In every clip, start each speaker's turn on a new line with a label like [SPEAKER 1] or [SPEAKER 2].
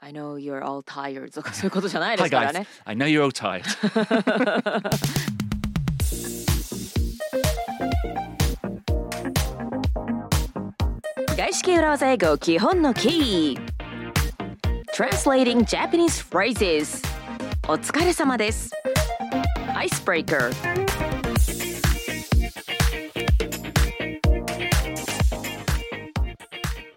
[SPEAKER 1] I know you're all tired とかそういうことじゃないで
[SPEAKER 2] Hi
[SPEAKER 1] すからね
[SPEAKER 2] guys, I know you're all tired.
[SPEAKER 1] 外資系裏技英語基本のキー Translating Japanese Phrases お疲れ様です Icebreaker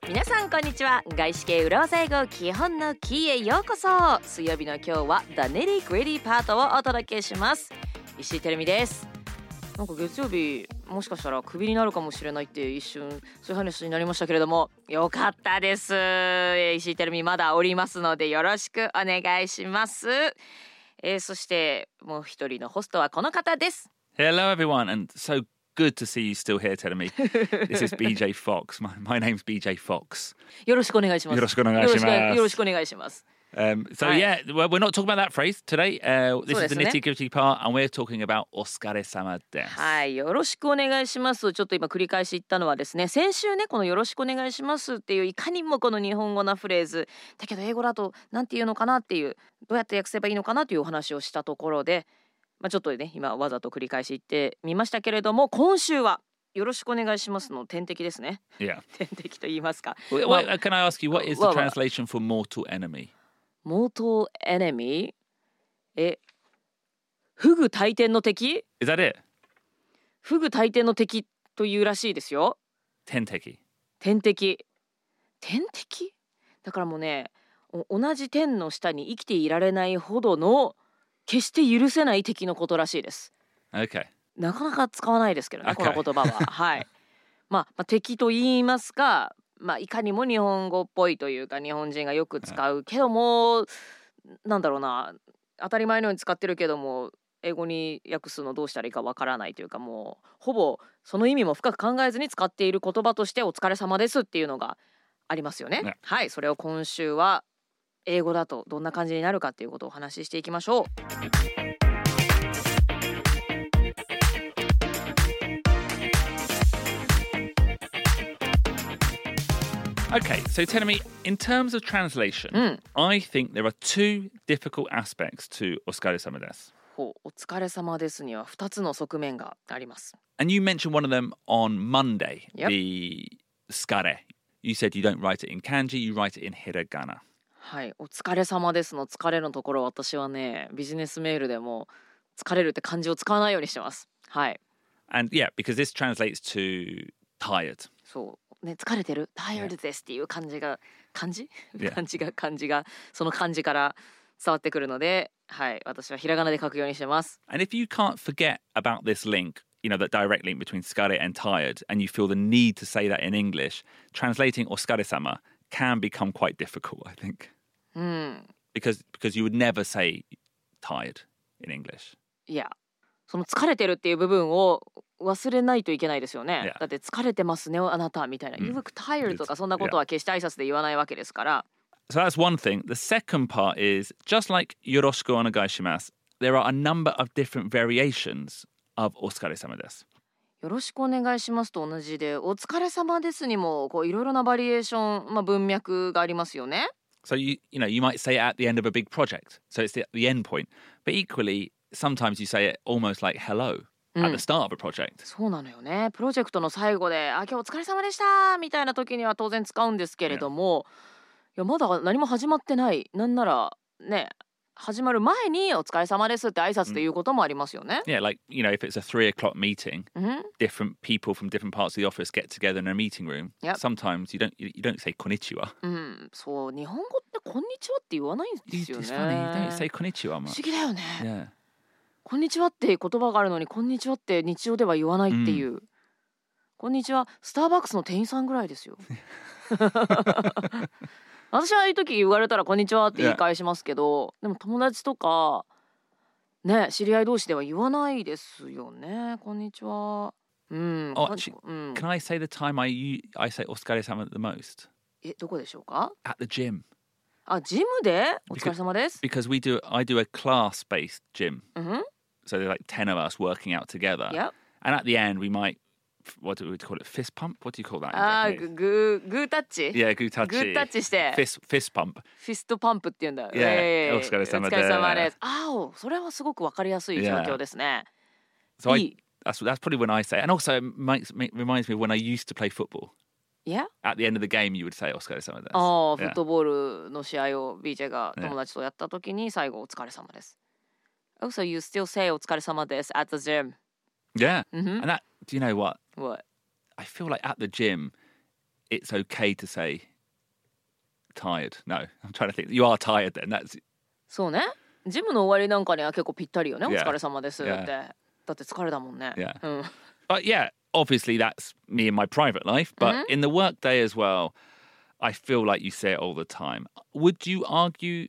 [SPEAKER 1] 皆さんこんにちは外資系裏技英語基本のキーへようこそ水曜日の今日は The Nitty Gritty パートをお届けします石井てるみですなんか月曜日もしかしたらクビになるかもしれないって一瞬そういう話になりましたけれどもよかったですえー石井てるみまだおりますのでよろしくお願いしますえーそしてもう一人のホストはこの方です
[SPEAKER 2] Hello, everyone, and so good to see you still here, telling me. This is BJ Fox. My, my name's BJ Fox.
[SPEAKER 1] よろしくお願いします
[SPEAKER 2] よろしくお願いします
[SPEAKER 1] よろしくお願いします
[SPEAKER 2] Um, so,
[SPEAKER 1] Right.
[SPEAKER 2] yeah, well, we're not talking about that phrase today. Uh, this is the
[SPEAKER 1] そうですね。
[SPEAKER 2] nitty gritty part, and we're talking about Oscar Sama
[SPEAKER 1] はい、よろしくお願いします。ちょっと今繰り返し言ったのはですね、先週ね、このよろしくお願いしますっていういかにもこの日本語なフレーズ、だけど英語だとなんて言うのかなっていう、どうやって訳せばいいのかなというお話をしたところで、まあちょっとね、今わざと繰り返し言ってみましたけれども、今週はよろしくお願いしますの天敵ですね。
[SPEAKER 2] Yeah.
[SPEAKER 1] 天敵と言いますか。
[SPEAKER 2] Wait,
[SPEAKER 1] Well- uh,
[SPEAKER 2] wait, can I ask you, what is
[SPEAKER 1] well,
[SPEAKER 2] the
[SPEAKER 1] well-
[SPEAKER 2] translation for mortal enemy?
[SPEAKER 1] mortal enemy え、フグ大天の敵？
[SPEAKER 2] Is that it?
[SPEAKER 1] フグ大天の敵というらしいですよ。
[SPEAKER 2] Tenteki.
[SPEAKER 1] 天敵天敵だからもうねお同じ天の下に生きていられないほどの決して許せない敵のことらしいです
[SPEAKER 2] Okay.
[SPEAKER 1] なかなか使わないですけどね
[SPEAKER 2] Okay.
[SPEAKER 1] この言葉は はい、まあ、まあ敵と言いますかまあいかにも日本語っぽいというか日本人がよく使うけどもなんだろうな当たり前のように使ってるけども英語に訳すのどうしたらいいかわからないというかもうほぼその意味も深く考えずに使っている言葉として「お疲れ様です」っていうのがありますよね。
[SPEAKER 2] ね
[SPEAKER 1] はいそれを今週は英語だとどんな感じになるかっていうことをお話ししていきましょう。
[SPEAKER 2] Okay, so tell me, in terms of translation,
[SPEAKER 1] Mm.
[SPEAKER 2] I think there are two difficult aspects to Oscar Sama
[SPEAKER 1] ほうお疲れ様ですには2つの側面があります。
[SPEAKER 2] And you mentioned one of them on Monday,
[SPEAKER 1] Yep.
[SPEAKER 2] the skare. You said you don't write it in kanji, you write it in hiragana.
[SPEAKER 1] はい、お疲れ様ですの疲れのところ私はねビジネスメールでも疲れるって漢字を使わないようにしてます。はい、
[SPEAKER 2] And yeah, because this translates to tired.
[SPEAKER 1] そうね疲れてる tired ですっていう漢字が漢字
[SPEAKER 2] Yeah.
[SPEAKER 1] 漢字が漢字がその漢字から伝わってくるので、はい、私はひらがなで書くようにしてます。
[SPEAKER 2] And if you can't forget about this link, you know, that direct link between skare and tired, and you feel the need to say that in English, translating oskare sama can become quite difficult, I think.
[SPEAKER 1] うん、
[SPEAKER 2] Because because you would never say tired in English.
[SPEAKER 1] いやその疲れてるっていう部分を忘れないといけないですよね。
[SPEAKER 2] Yeah.
[SPEAKER 1] だって疲れてますねあなたみたいな、
[SPEAKER 2] うん
[SPEAKER 1] You look tired と
[SPEAKER 2] It's-
[SPEAKER 1] かそんなことは決して挨拶で言わないわけですから。
[SPEAKER 2] So that's one thing. The second part is just like yoroshiku onegai shimasu, there are a number of different variations of oskare sama desu.
[SPEAKER 1] よろしくお願いしますと同じで「お疲れ様です」にもこういろいろなバリエーション、まあ、文脈がありますよね。
[SPEAKER 2] So you you know you might say it at the end of a big project, so it's the, the end point. But equally, sometimes you say it almost like hello at the start of a project.
[SPEAKER 1] そうなのよねプロジェクトの最後で「あ今日お疲れ様でした」みたいな時には当然使うんですけれども、いやまだ何も始まってないなんならね始まる前に「お疲れ様です」って挨拶ということもありますよね。
[SPEAKER 2] Yeah, like you know, if it's a three o'clock meeting,
[SPEAKER 1] うん、
[SPEAKER 2] different people from different parts of the office get together in a meeting room.
[SPEAKER 1] Yep.
[SPEAKER 2] Sometimes you don't you, you don't say konnichiwa.
[SPEAKER 1] う ん、そう日本語って「こんにちは」って言わないんですよね。
[SPEAKER 2] It's funny you don't say
[SPEAKER 1] 不
[SPEAKER 2] konnichiwa
[SPEAKER 1] 思
[SPEAKER 2] much.
[SPEAKER 1] 議だよね。
[SPEAKER 2] Yeah.
[SPEAKER 1] こんにちはって言葉があるのにこんにちはって日常では言わないっていう、こんにちはスターバックスの店員さんぐらいです よ私はああいう時言われたらこんにちはって言い返しますけど、でも友達とかね知り合い同士では言わないですよねこんにちはうん、
[SPEAKER 2] Oh,
[SPEAKER 1] こん
[SPEAKER 2] actually,
[SPEAKER 1] うん、
[SPEAKER 2] Can I say the time I u- I say oskare-sama the most?
[SPEAKER 1] えどこでしょうか
[SPEAKER 2] At the gym
[SPEAKER 1] あジムでお疲れ様です
[SPEAKER 2] because we do I do a class-based gym.
[SPEAKER 1] うん
[SPEAKER 2] So there's like 10 of us working out together.
[SPEAKER 1] いや
[SPEAKER 2] And at the end, we might what do we call it? Fist pump? What do you call that? in
[SPEAKER 1] あー
[SPEAKER 2] Japanese?
[SPEAKER 1] グーグータッチ
[SPEAKER 2] yeah, goo touchy.
[SPEAKER 1] グータッチして
[SPEAKER 2] Fist, fist pump.
[SPEAKER 1] フィストパンプっていうんだ。
[SPEAKER 2] Yeah.
[SPEAKER 1] ええ
[SPEAKER 2] お疲れ様
[SPEAKER 1] お疲れ様
[SPEAKER 2] で
[SPEAKER 1] ですす。あお、それはすごくわかりやすい状
[SPEAKER 2] Yeah.
[SPEAKER 1] 況ですね。
[SPEAKER 2] So I,
[SPEAKER 1] いい。
[SPEAKER 2] that's that's probably when I say, and also it makes, me- reminds me of when I used to play football.
[SPEAKER 1] いや、
[SPEAKER 2] At the end of the game, you would say "Oscar some of this."
[SPEAKER 1] ああ、フ
[SPEAKER 2] yeah.
[SPEAKER 1] ットボールの試合を BJ が友達とやったときに最後お疲れ様です。Also, you still say お疲れ様です at the gym.
[SPEAKER 2] yeah,
[SPEAKER 1] Mhm.
[SPEAKER 2] and that. Do you know what?
[SPEAKER 1] What?
[SPEAKER 2] I feel like at the gym, it's okay to say tired. No, I'm trying to think. You are tired then. That's
[SPEAKER 1] そうね。ジムの終わりなんかには結構ぴったりよね。お
[SPEAKER 2] Yeah.
[SPEAKER 1] 疲れ様ですって。
[SPEAKER 2] Yeah.
[SPEAKER 1] だって疲れだもんね。
[SPEAKER 2] Yeah.
[SPEAKER 1] うん。
[SPEAKER 2] but Uh, yeah, obviously that's me in my private life, but
[SPEAKER 1] Mm-hmm.
[SPEAKER 2] in the workday as well, I feel like you say it all the time. Would you argue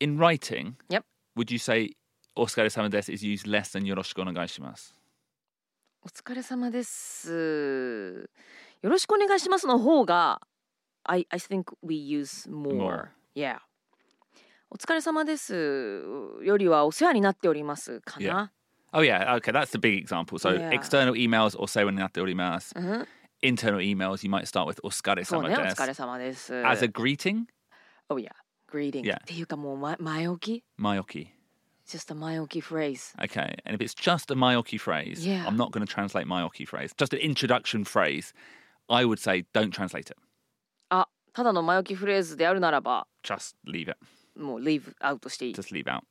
[SPEAKER 2] in writing?
[SPEAKER 1] Yep.
[SPEAKER 2] Would you say Oscar Samades is used less than Yoroshiku onegaishimasu?
[SPEAKER 1] お疲れ様です。よろしくお願いしますの方が、I, I think we use
[SPEAKER 2] More.
[SPEAKER 1] more. Yeah. お疲れ様ですよりはお世話になっておりますかな。
[SPEAKER 2] Oh yeah, okay, that's the big example. So
[SPEAKER 1] Yeah.
[SPEAKER 2] external emails or say when emails.
[SPEAKER 1] うん、
[SPEAKER 2] Internal emails you might start with Oscar
[SPEAKER 1] そうね、お疲
[SPEAKER 2] Samades
[SPEAKER 1] れ様です。
[SPEAKER 2] as a greeting.
[SPEAKER 1] oh yeah, greeting.
[SPEAKER 2] Yeah.
[SPEAKER 1] っていうかもう、ま、前置き
[SPEAKER 2] Mayoki.
[SPEAKER 1] ?just a 前置き phrase.
[SPEAKER 2] Okay. And if it's just a Mayoki phrase,
[SPEAKER 1] Yeah.
[SPEAKER 2] I'm not going to translate Mayoki phrase, just an introduction phrase, I would say don't translate it.
[SPEAKER 1] あ、ただの前置きフレーズであるならば、
[SPEAKER 2] Just leave it.
[SPEAKER 1] もう leave out していい。
[SPEAKER 2] Just leave out.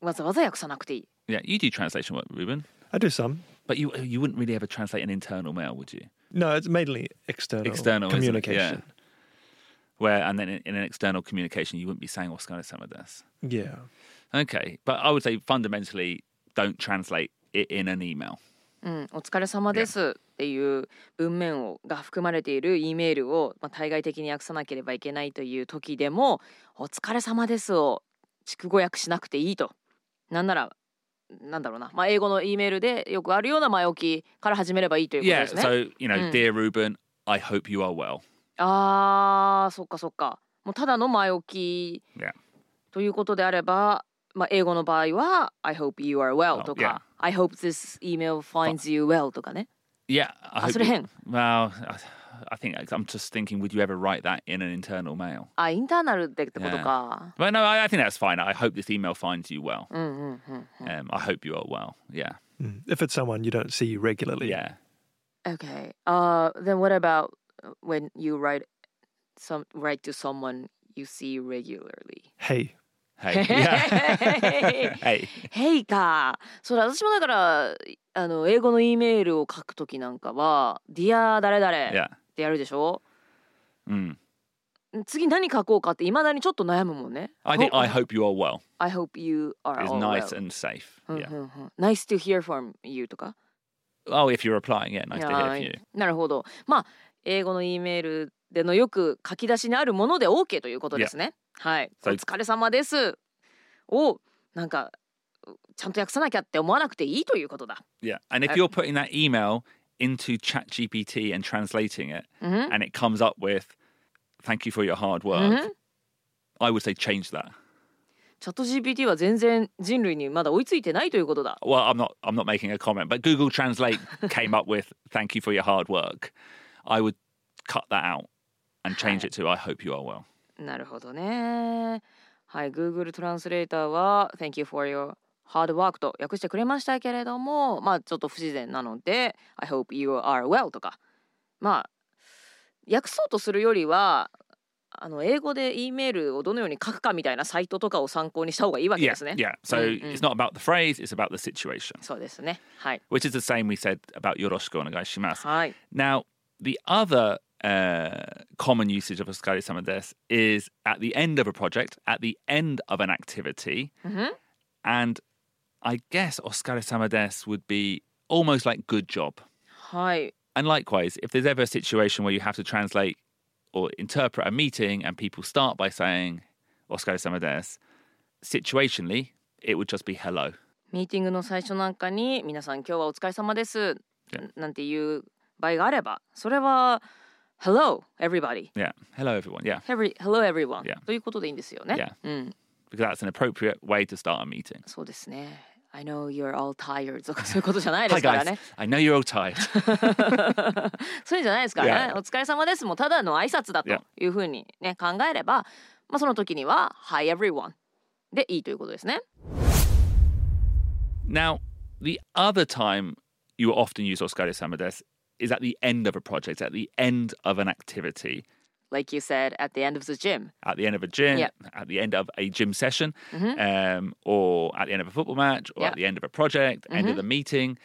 [SPEAKER 1] わざわざ訳さなくていい。
[SPEAKER 2] Yeah, you do translation work, Ruben,
[SPEAKER 3] I do some.
[SPEAKER 2] but you you wouldn't really ever translate an internal mail, would you?
[SPEAKER 3] No, it's mainly external,
[SPEAKER 2] External isn't it?
[SPEAKER 3] communication.
[SPEAKER 2] Where and then in, in an external communication, you wouldn't be saying what's going on with this.
[SPEAKER 3] Yeah.
[SPEAKER 2] Okay, but I would say fundamentally, don't translate it in an email.
[SPEAKER 1] うん、お疲れ様ですっていう文面をが含まれている E メールを、まあ、対外的に訳さなければいけないという時でも「お疲れ様です」を筑語訳しなくていいと。なんならなんだろうな、まあ、英語の E メールでよくあるような前置きから始めればいいということ
[SPEAKER 2] Yeah.
[SPEAKER 1] ですね。
[SPEAKER 2] So you know,
[SPEAKER 1] Mm.
[SPEAKER 2] dear Ruben, I hope you are well.
[SPEAKER 1] あーそっかそっか。もうただの前置き
[SPEAKER 2] Yeah.
[SPEAKER 1] ということであれば、まあ、英語の場合は「I hope you are well」
[SPEAKER 2] Well,
[SPEAKER 1] とか「I hope this email finds you well」とかね。
[SPEAKER 2] Yeah. I
[SPEAKER 1] あ
[SPEAKER 2] hope
[SPEAKER 1] それ
[SPEAKER 2] you-
[SPEAKER 1] 変。
[SPEAKER 2] well, I- I think I'm just thinking, would you ever write that in an internal mail?
[SPEAKER 1] あ、インターナルでってこと
[SPEAKER 2] Yeah.
[SPEAKER 1] か。
[SPEAKER 2] Well, no, I, I think that's fine. I hope this email finds you well.
[SPEAKER 1] うんうんうんうん。
[SPEAKER 2] Um, I hope you are well. Yeah.
[SPEAKER 3] Mm. If it's someone you don't see regularly.
[SPEAKER 2] Yeah.
[SPEAKER 1] Okay. Uh, then what about uh, when you write some write to someone you see regularly?
[SPEAKER 3] Hey.
[SPEAKER 2] Hey.
[SPEAKER 1] Hey.
[SPEAKER 2] Yeah. hey.
[SPEAKER 1] ヘイか。それ私もだからあの英語の E メールを書くときなんかは「Dear 誰々」っ
[SPEAKER 2] Yeah.
[SPEAKER 1] てやるでしょ
[SPEAKER 2] Mm.
[SPEAKER 1] 次何書こうかっていまだにちょっと悩むもんね。
[SPEAKER 2] I think
[SPEAKER 1] Ho-
[SPEAKER 2] I hope you are well
[SPEAKER 1] I hope you are
[SPEAKER 2] is
[SPEAKER 1] all
[SPEAKER 2] nice
[SPEAKER 1] well. Mm-hmm.
[SPEAKER 2] and safe.
[SPEAKER 1] うん
[SPEAKER 2] Yeah.
[SPEAKER 1] うんうん、nice to hear from you とか
[SPEAKER 2] Oh, if you're replying, yeah, nice to hear
[SPEAKER 1] は
[SPEAKER 2] from
[SPEAKER 1] い
[SPEAKER 2] you.
[SPEAKER 1] なるほど。まあ、英語の E メールでのよく書き出しにあるもので OK ということですね。はい。お
[SPEAKER 2] So-
[SPEAKER 1] 疲れ様です。を、なんか、ちゃんと訳さなきゃって思わなくていいということだ。
[SPEAKER 2] Yeah. And if
[SPEAKER 1] Uh,
[SPEAKER 2] you're putting that email into ChatGPT and translating it,
[SPEAKER 1] うん
[SPEAKER 2] and it comes up with "Thank you for your hard work,"
[SPEAKER 1] Mhm.
[SPEAKER 2] I would say change that.
[SPEAKER 1] チャット GPT は全然人類にまだ追いついてないということだ。
[SPEAKER 2] Well, I'm not. I'm not making a comment, but Google Translate came up with "Thank you for your hard work." I would cut that out and change it to "I hope you are well."
[SPEAKER 1] なるほどね。はい、Google トランスレーターは Thank you for your hard work と訳してくれましたけれども、まあちょっと不自然なので I hope you are well とか、まあ訳そうとするよりは、あの英語で E メールをどのように書くかみたいなサイトとかを参考にした方がいいわけ
[SPEAKER 2] Yeah,
[SPEAKER 1] ですね。
[SPEAKER 2] yeah. So
[SPEAKER 1] Mm, mm.
[SPEAKER 2] it's not about the phrase; it's about the situation,
[SPEAKER 1] そうですね。はい。
[SPEAKER 2] which is the same we said about "yoroshiku onegaishimasu."
[SPEAKER 1] はい。
[SPEAKER 2] Now, the other uh, common usage of Oskari Samades is at the end of a project, at the end of an activity.
[SPEAKER 1] うんふん
[SPEAKER 2] And I guess Oskari Samades would be almost like good job.
[SPEAKER 1] はい。
[SPEAKER 2] And likewise, if there's ever a situation where you have to translate or interpret a meeting and people start by saying Oskari Samades, situationally, it would just be hello.
[SPEAKER 1] ミーティングの最初なんかに皆さん今日はお疲れ様です
[SPEAKER 2] いや
[SPEAKER 1] なんていう場合があれば、それは Hello everybody
[SPEAKER 2] Yeah. Hello, everyone. Yeah.
[SPEAKER 1] Every, hello everyone.
[SPEAKER 2] Yeah.
[SPEAKER 1] ということでいいんですよね。
[SPEAKER 2] Yeah.
[SPEAKER 1] うん、
[SPEAKER 2] Because that's an appropriate way to start a meeting.
[SPEAKER 1] そうですね。 I know you're all tired とか そういうことじゃないで
[SPEAKER 2] Hi
[SPEAKER 1] すからね
[SPEAKER 2] guys, I know you're all tired.
[SPEAKER 1] そういうんじゃないですからね
[SPEAKER 2] Yeah.
[SPEAKER 1] お疲れ様ですもうただの挨拶だと
[SPEAKER 2] Yeah.
[SPEAKER 1] いうふうにね考えればまあその時には Hi everyone でいいということですね
[SPEAKER 2] Now, the other time you will often use Oscar de Samadesk is at the end of a project, at the end of an activity,
[SPEAKER 1] Like you said at the end of the gym
[SPEAKER 2] at the end of a gym,
[SPEAKER 1] Yeah.
[SPEAKER 2] at the end of a gym session, um, or at the end of a football match, or
[SPEAKER 1] Yeah.
[SPEAKER 2] at the end of a project, end of the meeting.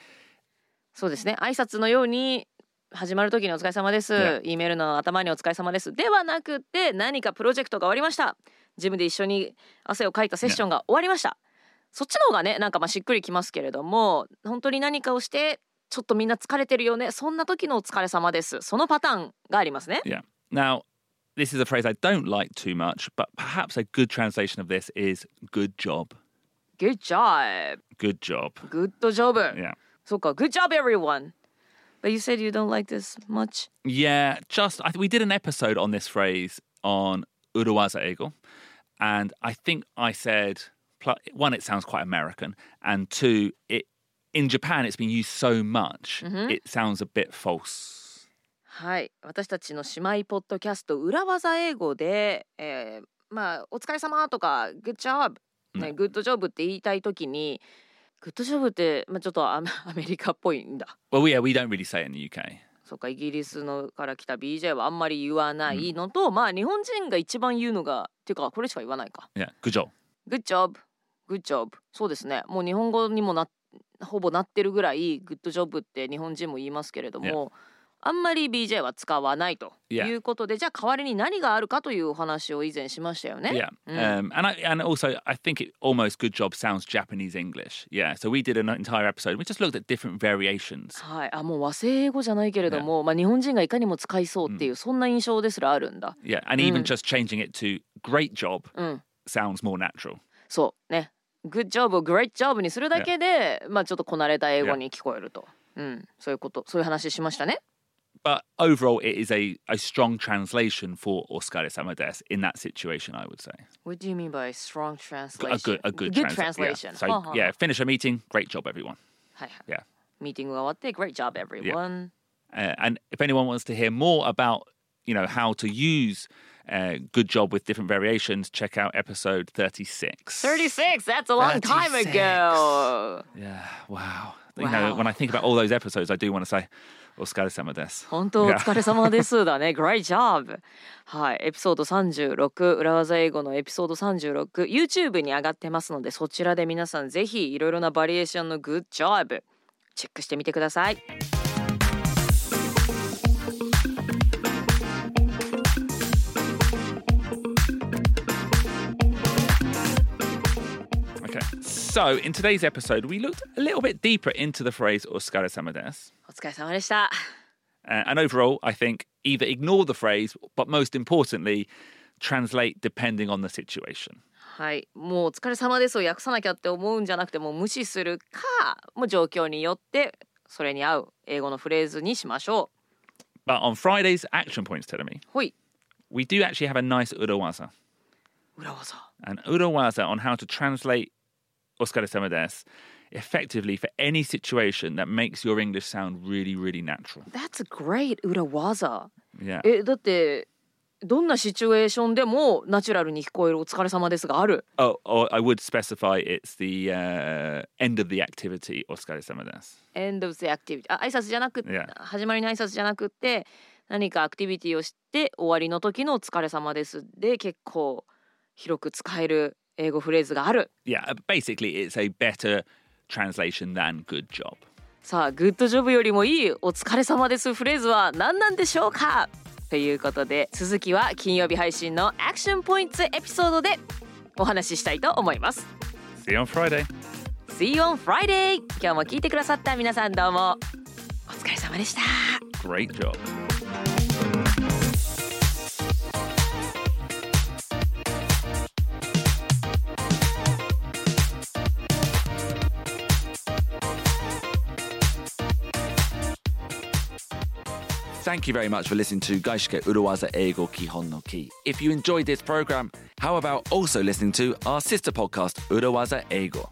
[SPEAKER 1] そうですね挨拶のように始まる時にお疲れ様です、
[SPEAKER 2] Yeah.
[SPEAKER 1] E メールの頭にお疲れ様ですではなくて何かプロジェクトが終わりましたジムで一緒に汗をかいたセッションが終わりました、そっちの方がねなんかまあしっくりきますけれども本当に何かをしてちょっとみんな疲れてるよねそんな時のお疲れ様ですそのパターンがありますね
[SPEAKER 2] Yeah. Now, this is a phrase I don't like too much, but perhaps a good translation of this is good job.
[SPEAKER 1] Good job
[SPEAKER 2] Good job.
[SPEAKER 1] Good job、
[SPEAKER 2] Yeah.
[SPEAKER 1] そうか Good job everyone But you said you don't like this much
[SPEAKER 2] Yeah, just I th- we did an episode on this phrase on Uruwaza Eagle, and I think I said pl- one, it sounds quite American, and two, it in Japan it's been used so much, it sounds a bit false.
[SPEAKER 1] はい私たちの姉妹ポッドキャスト裏技英語で、えーまあお疲れ様とかグッジョブねグッドジョブって言いたいときにグッドジョブってまあちょっとアメ アメリカっぽいんだ
[SPEAKER 2] Well, yeah, we don't really say it in the UK.
[SPEAKER 1] そうかイギリスのから来た BJ はあんまり言わないのと、まあ日本人が一番言うのがっていうかこれしか言わないか
[SPEAKER 2] Yeah, good job.
[SPEAKER 1] グッジョブグッジョブそうですねもう日本語にもなほぼなってるぐらいグッドジョブって日本人も言いますけれども、あんまり BJ は使わないと
[SPEAKER 2] Yeah.
[SPEAKER 1] いうことで、じゃあ代わりに何があるかというお話を以前しましたよね。
[SPEAKER 2] Yeah,
[SPEAKER 1] Mm.
[SPEAKER 2] um, and I, and also I think it almost good job sounds Japanese English. Yeah, so we did an entire episode. We just looked at different variations.
[SPEAKER 1] はい、あもう和製英語じゃないけれども、まあ、日本人がいかにも使いそうっていう、そんな印象ですらあるんだ。
[SPEAKER 2] Yeah, and even just changing it to great job sounds more natural.
[SPEAKER 1] そうね。グッジョブをグレイジョブにするだけで、まあちょっとこなれた英語に聞こえると。うん、そういうことそういう話しましたね。
[SPEAKER 2] but overall, it is a, a strong translation for Oscar Samadesk in that situation, I would say.
[SPEAKER 1] What do you mean by strong translation?
[SPEAKER 2] A good, a good,
[SPEAKER 1] good
[SPEAKER 2] transla-
[SPEAKER 1] translation. Uh-huh.
[SPEAKER 2] Yeah. So,
[SPEAKER 1] はあはあ
[SPEAKER 2] yeah, finish a meeting, great job, everyone.
[SPEAKER 1] はいはい。
[SPEAKER 2] Yeah.
[SPEAKER 1] ミーティングが終わって、Great job everyone。
[SPEAKER 2] Uh, and if anyone wants to hear more about, you know, how to use uh, good job with different variations, check out episode 36.
[SPEAKER 1] 36! That's a long time ago!
[SPEAKER 2] Yeah, wow. You
[SPEAKER 1] Wow.
[SPEAKER 2] know, when I think about all those episodes, I do want to say Oscar Samadesk.
[SPEAKER 1] 本当お
[SPEAKER 2] Yeah.
[SPEAKER 1] 疲れ様ですだね。Great job! はい。エピソード36、裏技英語のエピソード36、YouTube に上がってますので、そちらで皆さんぜひいろいろなバリエーションの Good job! チェックしてみてください。
[SPEAKER 2] Okay. So, in today's episode, we looked a little bit deeper into the phrase Oscar Samadesk.
[SPEAKER 1] お疲れ様でした。
[SPEAKER 2] Uh, and overall, I think either ignore the phrase, but most importantly, translate depending on the situation.
[SPEAKER 1] はい、もうお疲れ様ですを訳さなきゃって思うんじゃなくてもう無視するかもう状況によってそれに合う英語のフレーズにしましょ
[SPEAKER 2] But on Friday's action points, Terumi,
[SPEAKER 1] う。ほい
[SPEAKER 2] we do actually have a nice urawaza.
[SPEAKER 1] 裏技
[SPEAKER 2] An urawaza on how to translate Oscar Samadesk effectively for any situation that makes your English sound really, really natural.
[SPEAKER 1] That's a great 裏技
[SPEAKER 2] Yeah.
[SPEAKER 1] えだってどんなシチュエーションでもナチュラルに聞こえるお疲れ様ですがある
[SPEAKER 2] Oh, or I would specify it's the uh, end of the activity, Oscar Samadesk.
[SPEAKER 1] End of the activity あ挨拶じゃなく
[SPEAKER 2] Yeah.
[SPEAKER 1] 始まりの挨拶じゃなくって何かアクティビティをして終わりの時のお疲れ様ですで結構広く使える英語フレーズがある
[SPEAKER 2] Yeah, uh, basically, it's a better translation than good job.
[SPEAKER 1] さあグッドジョブよりもいいお疲れ様ですフレーズは何なんでしょうかということで続きは金曜日配信のアクションポイントエピソードでお話ししたいと思います
[SPEAKER 2] See you on Friday.
[SPEAKER 1] See you on Friday 今日も聞いてくださった皆さんどうもお疲れ様でした
[SPEAKER 2] Great job.
[SPEAKER 4] Thank you very much for listening to Gaishike Urawaza Eigo Kihon no Ki. If you enjoyed e this program, how about also listening to our sister podcast, Urawaza Eigo?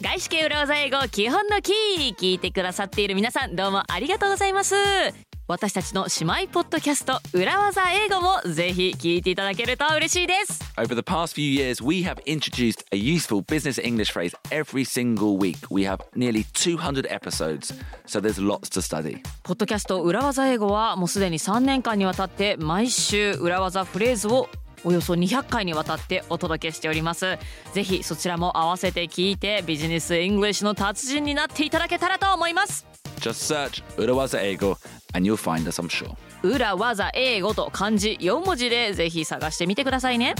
[SPEAKER 1] 外資系裏技英語基本のキー聞いてくださっている皆さんどうもありがとうございます私たちの姉妹ポッドキャスト裏技英語もぜひ聞いていただけると嬉しいです
[SPEAKER 2] Over the past few years, we have introduced a useful business English phrase every single week. We have nearly 200 episodes, so there's lots to study.
[SPEAKER 1] ポッドキャスト裏技英語はもうすでに3年間にわたって毎週裏技フレーズをおよそ200回にわたってお届けしておりますぜひそちらも合わせて聞いてビジネスイングリッシュの達人になっていただけたらと思います
[SPEAKER 2] Just search Urawaza Ego and you'll find us, I'm sure.
[SPEAKER 1] 裏技英語と漢字4文字でぜひ探してみてくださいね